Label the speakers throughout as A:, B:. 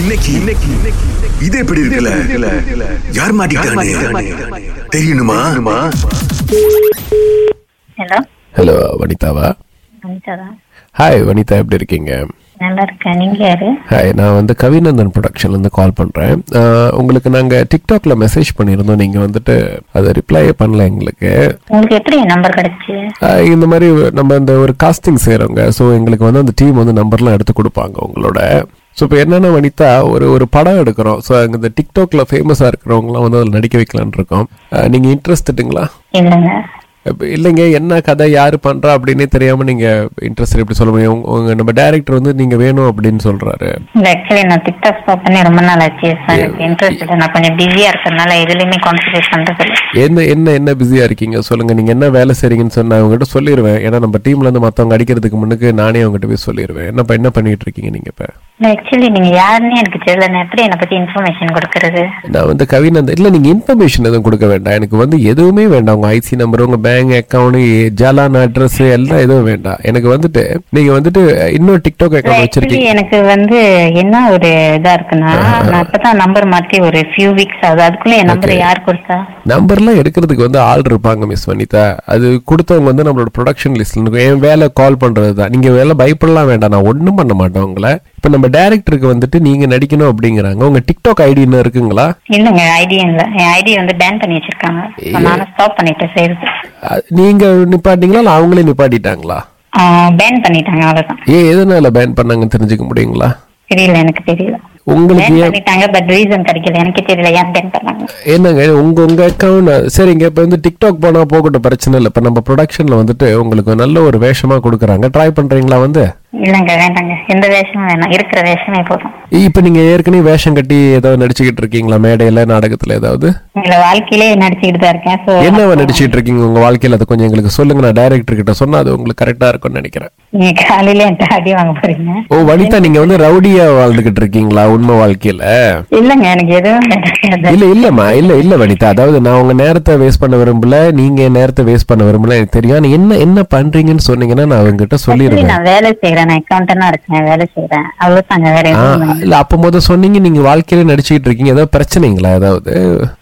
A: இன்னைக்கு இன்னைக்கு இது எப்படி இருக்குல்ல யார் மாட்டிக்கிட்டானே தெரியணுமா
B: ஹலோ
C: ஹலோ வனிதாவா
B: அனிதாதா
C: ஹாய் வனிதா எப்படி இருக்கீங்க
B: நல்லா இருக்கேன் நீங்க யாரு
C: ஹாய் நான் வந்து கவிநந்தன் ப்ரொடக்ஷன்லேருந்து கால் பண்ணுறேன் உங்களுக்கு நாங்கள் டிக்டாக்ல மெசேஜ் பண்ணியிருந்தோம் நீங்கள் வந்துட்டு அதை ரிப்ளையே பண்ணல எங்களுக்கு
B: உங்களுக்கு எப்படி என் நம்பர் கிடைச்சு
C: ஆஹ் இந்த மாதிரி நம்ம இந்த ஒரு காஸ்டிங் செய்கிறோங்க ஸோ எங்களுக்கு வந்து அந்த டீம் வந்து நம்பர்லாம் எடுத்து கொடுப்பாங்க உங்களோட ஸோ இப்போ என்னென்ன வனிதா ஒரு ஒரு படம் எடுக்கிறோம் ஸோ அங்கே இந்த டிக்டாக்ல ஃபேமஸாக இருக்கிறவங்களாம் வந்து அதில் நடிக்க வைக்கலான்னு இருக்கோம் நீங்கள் இன்ட்ரெஸ்ட்டுங்களா
B: இல்லைங்க
C: இப்ப இல்லைங்க என்ன கதை யாரு பண்றா அப்படின்னே தெரியாம நீங்க இன்ட்ரெஸ்ட் எப்படி சொல்ல முடியும் உங்க- உங்க நம்ம டைரக்டர் வந்து நீங்க வேணும் அப்படின்னு சொல்றாரு
B: இல்ல ஆக்சுவலி நான் டிக்டாக் ஸ்டாப் பண்ணி ரொம்ப நாள் ஆச்சு சார் எனக்கு இன்ட்ரெஸ்ட் இல்லை நான் கொஞ்சம் பிஸியா இருக்கறதுனால எதுலயுமே கான்சன்ட்ரேட் பண்றது இல்லை
C: என்ன என்ன என்ன பிஸியா இருக்கீங்க சொல்லுங்க நீங்க என்ன வேலை செய்றீங்கன்னு சொன்னா அவங்ககிட்ட சொல்லிடுவேன் ஏன்னா நம்ம டீம்ல இருந்து மத்தவங்க அடிக்கிறதுக்கு முன்னுக்கு நானே அவங்ககிட்ட போய் சொல்லிடுவேன் என்ன ப- என்ன பண்ணிட்டு இருக்கீங்க நீங்க இப்ப
B: இல்ல ஆக்சுவலி நீங்க யாருன்னு எனக்கு தெரியல நான் எப்படி என்னை பத்தி இன்ஃபர்மேஷன் கொடுக்கறது
C: நான் வந்து கவிநந்தன் இல்ல நீங்க இன்ஃபர்மேஷன் எதுவும் கொடுக்க வேண்டாம் எனக்கு வந்து எதுவுமே வேண்டாம் உங்க ஐசி நம்பர் உங்க பேங்க் அக்கௌண்ட் ஜலான் அட்ரஸ் எல்லாம் எதுவும் வேண்டாம் எனக்கு வந்துட்டு நீங்க வந்துட்டு இன்னொரு டிக்டாக் அக்கௌண்ட் வச்சிருக்கீங்க
B: ஆக்சுவலி எனக்கு வந்து என்ன ஒரு இதா இருக்குன்னா நான் இப்பதான் நம்பர் மாத்தி ஒரு ஃபியூ வீக்ஸ் ஆகுது அதுக்குள்ள என் நம்பர் யார் கொடுத்தா
C: நம்பர்லாம் எடுக்கிறதுக்கு வந்து ஆள் இருப்பாங்க மிஸ் வனிதா அது கொடுத்தவங்க வந்து நம்மளோட ப்ரொடக்ஷன் லிஸ்ட்ல இருக்கும் என் வேலை கால் பண்றது தான் நீங்க வேலை பயப்படலாம் வேண்டாம் நான் ஒன்றும் பண்ண மாட்டேன் உங்களை இப்போ நம்ம டேரக்டருக்கு வந்துட்டு நீங்க நடிக்கணும் அப்படிங்கிறாங்க உங்க டிக்டாக் ஐடி என்ன இருக்குங்களா
B: இல்லைங்க ஐடி இல்ல என் ஐடி வந்து பேன் பண்ணி வச்சிருக்காங்க So, நானும் ஸ்டாப் பண்ணிட்டேன் செய்யறது
C: அ- நீங்க நிப்பாட்டிங்களா இல்லை அவங்களே நிப்பாட்டிட்டாங்களா
B: பேன் பண்ணிட்டாங்க அவ்வளவுதான்
C: ஏன் எதனால பேன் பண்ணாங்கன்னு தெரிஞ்சுக்க முடியுங்களா
B: தெரியல எனக்கு தெரியல
C: உங்களுக்கு
B: பேன்
C: ஏன்
B: பண்ணிட்டாங்க பட் ரீசன் கிடைக்கல எனக்கே தெரியல ஏன் பேன் பண்ணாங்க
C: என்னங்க உங்க உங்க அக்கௌண்ட் சரிங்க இப்போ வந்து டிக்டாக் போனா போகட்டும் பிரச்சனை இல்லை இப்போ நம்ம ப்ரொடக்ஷன்ல வந்துட்டு உங்களுக்கு நல்ல ஒரு வேஷமா கொடுக்குறாங்க ட்ரை பண்றீங்களா வந்து
B: இல்லைங்க வேண்டாங்க எந்த வேஷமும் வேணாம் இருக்கிற வேஷமே போதும்
C: இப்ப நீங்க ஏற்கனவே வேஷம் கட்டி ஏதாவது நடிச்சுக்கிட்டு இருக்கீங்களா மேடையில நாடகத்துல ஏதாவது
B: இல்ல வாழ்க்கையிலே நடிச்சுக்கிட்டு தான் இருக்கேன் ஸோ
C: என்னவா நடிச்சுட்டு இருக்கீங்க உங்க வாழ்க்கையில அதை கொஞ்சம் எங்களுக்கு சொல்லுங்க நான் டைரக்டர் கிட்ட சொன்னா அது உங்களுக்கு கரெக்டா இருக்கும்னு நினைக்கிறேன்
B: நீங்க காலையில என்கிட்ட அடி வாங்க போறீங்க
C: ஓ வனிதா நீங்க வந்து ரவுடியா வாழ்ந்துகிட்டு இருக்கீங்களா உண்மை வாழ்க்கையில
B: இல்லைங்க எனக்கு எதுவும் கிடைக்காது
C: இல்ல இல்லம்மா இல்ல இல்ல வனிதா அதாவது நான் உங்க நேரத்தை வேஸ்ட் பண்ண விரும்பல நீங்க என் நேரத்தை வேஸ்ட் பண்ண விரும்பல எனக்கு தெரியும் ஆனா என்ன என்ன பண்றீங்கன்னு சொன்னீங்கன்னா நான் அவங்ககிட்ட
B: Actually,
C: சொல்லிடுவேன்
B: நான் வேலை செய்யறேன் நான் அக்கௌண்டனா இருக்கேன் வேலை செய்யறேன் அவ்வளவுதாங்க வேற
C: ஆ,
B: எதுவும் இல்லை.
C: இல்ல அப்ப முத சொன்னீங்க நீங்க வாழ்க்கையில நடிச்சுக்கிட்டு இருக்கீங்க ஏதாவது பிரச்சனைங்களா ஏதாவது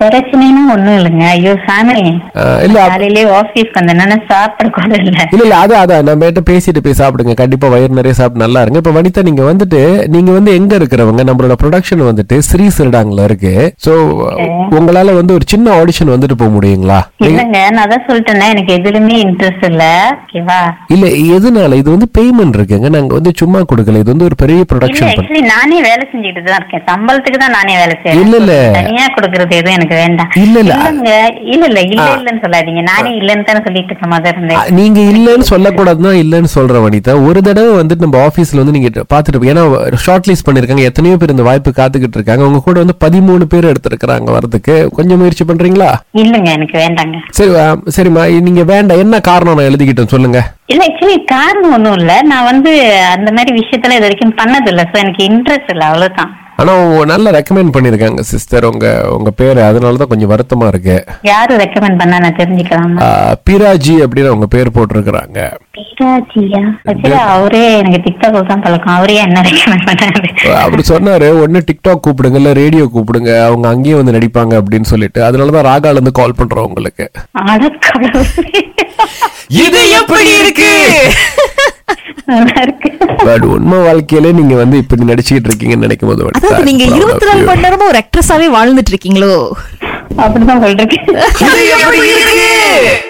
B: பிரச்சனைன்னு ஒண்ணும் இல்லைங்க ஐயோ ஃபேமிலி
C: ஆ, இல்ல அப்ப-
B: காலையிலே ஆபீஸ் வந்தேன்னா சாப்பிட கூட இல்ல
C: இல்ல இல்ல அதான் அதான் நம்ம கிட்ட பேசிட்டு போய் சாப்பிடுங்க கண்டிப்பா வயிறு நிறைய சாப்பிட்டு நல்லா இருங்க இப்ப வனிதா நீங்க வந்துட்டு நீங்க வந்து எங்க இருக்கிறவங்க நம்மளோட ப்ரொடக்ஷன் வந்துட்டு ஸ்ரீ சிறுடாங்கல இருக்கு சோ உங்களால வந்து ஒரு சின்ன ஆடிஷன் வந்துட்டு போக முடியுங்களா
B: இல்லைங்க நான் அதான் சொல்லிட்டேன்னா எனக்கு எதுலயுமே இன்ட்ரெஸ்ட் இல்ல ஓகேவா
C: இல்ல எதனால இது வந்து பேமெண்ட் இருக்குங்க நாங்க வந்து சும்மா கொடுக்கல இது வந்து ஒரு பெரிய
B: இல்ல
C: ப்ரொடக்ஷன்
B: ஆக்சுவலி நானே வேலை செஞ்சுட்டு தான் இருக்கேன் சம்பளத்துக்கு தான் நானே வேலை
C: இல்ல, இல்ல.
B: செய்யறேன் தனியா கொடுக்கறது எதுவும் எனக்கு வேண்டாம்
C: இல்ல, இல்ல.
B: இல்லங்க இல்ல இல்ல இல்ல இல்லன்னு சொல்லாதீங்க நானே இல்லன்னு தானே சொல்லிட்டு இருக்க மாதிரி இருந்தேன்
C: நீங்க இல்லன்னு சொல்லக்கூடாதுன்னா இல்லன்னு சொல்ற வனிதா ஒரு தடவை வந்துட்டு நம்ம ஆபீஸ்ல வந்து நீங்க பாத்துட்டு இருப்பீங்க. ஏன்னா ஷார்ட் லிஸ்ட் பண்ணிருக்காங்க எத்தனையோ பேர் இந்த வாய்ப்பு காத்துக்கிட்டு இருக்காங்க உங்க கூட வந்து பதிமூணு பேர் எடுத்திருக்கிறாங்க வரதுக்கு கொஞ்சம் முயற்சி பண்றீங்களா
B: இல்லங்க எனக்கு வேண்டாங்க
C: சரி ஆ, சரிம்மா நீங்க வேண்டாம் என்ன காரணம் நான் எழுதிக்கிட்டேன் சொல்லுங்க
B: இல்ல ஆக்சுவலி காரணம் ஒண்ணும் இல்ல நான் வந்து அந்த மாதிரி விஷயத்துல இது வரைக்கும் பண்ணது இல்ல சோ எனக்கு இன்ட்ரெஸ்ட் இல்ல அவ்வளவுதான்
C: ஆனா உங்க நல்லா ரெக்கமெண்ட் பண்ணிருக்காங்க சிஸ்டர் உங்க உங்க பேரு அதனால தான் கொஞ்சம் வருத்தமா இருக்கு
B: யாரு ரெக்கமெண்ட் பண்ணா நான் தெரிஞ்சுக்கலாமா
C: ஆ, பிராஜி அப்படின்னு அவங்க பேர் போட்டிருக்கிறாங்க
B: பீராஜியா ஆக்சுவலி அவரே எனக்கு டிக்டாக் தான் பழக்கம் அவரே என்ன ரெக்கமெண்ட் பண்ணாரு
C: அவர் சொன்னாரு ஒன்னு டிக்டாக் கூப்பிடுங்க இல்ல ரேடியோ கூப்பிடுங்க அவங்க அங்கேயே வந்து நடிப்பாங்க அப்படின்னு சொல்லிட்டு அதனால தான் ராகால இருந்து கால் பண்றோம் உங்களுக்கு
B: அடக்கடவுளே.
C: இது எப்படி இருக்கு
B: நல்லா இருக்கு
C: பட் உண்மை வாழ்க்கையில நீங்க வந்து இப்படி நடிச்சுக்கிட்டு இருக்கீங்கன்னு நினைக்கும் போது
D: அதாவது நீங்க இருபத்தி நாலு மணி நேரமும் ஒரு ஆக்ட்ரஸாவே வாழ்ந்துட்டு இருக்கீங்களோ
B: அப்படிதான் சொல்றேன்
C: நேரம்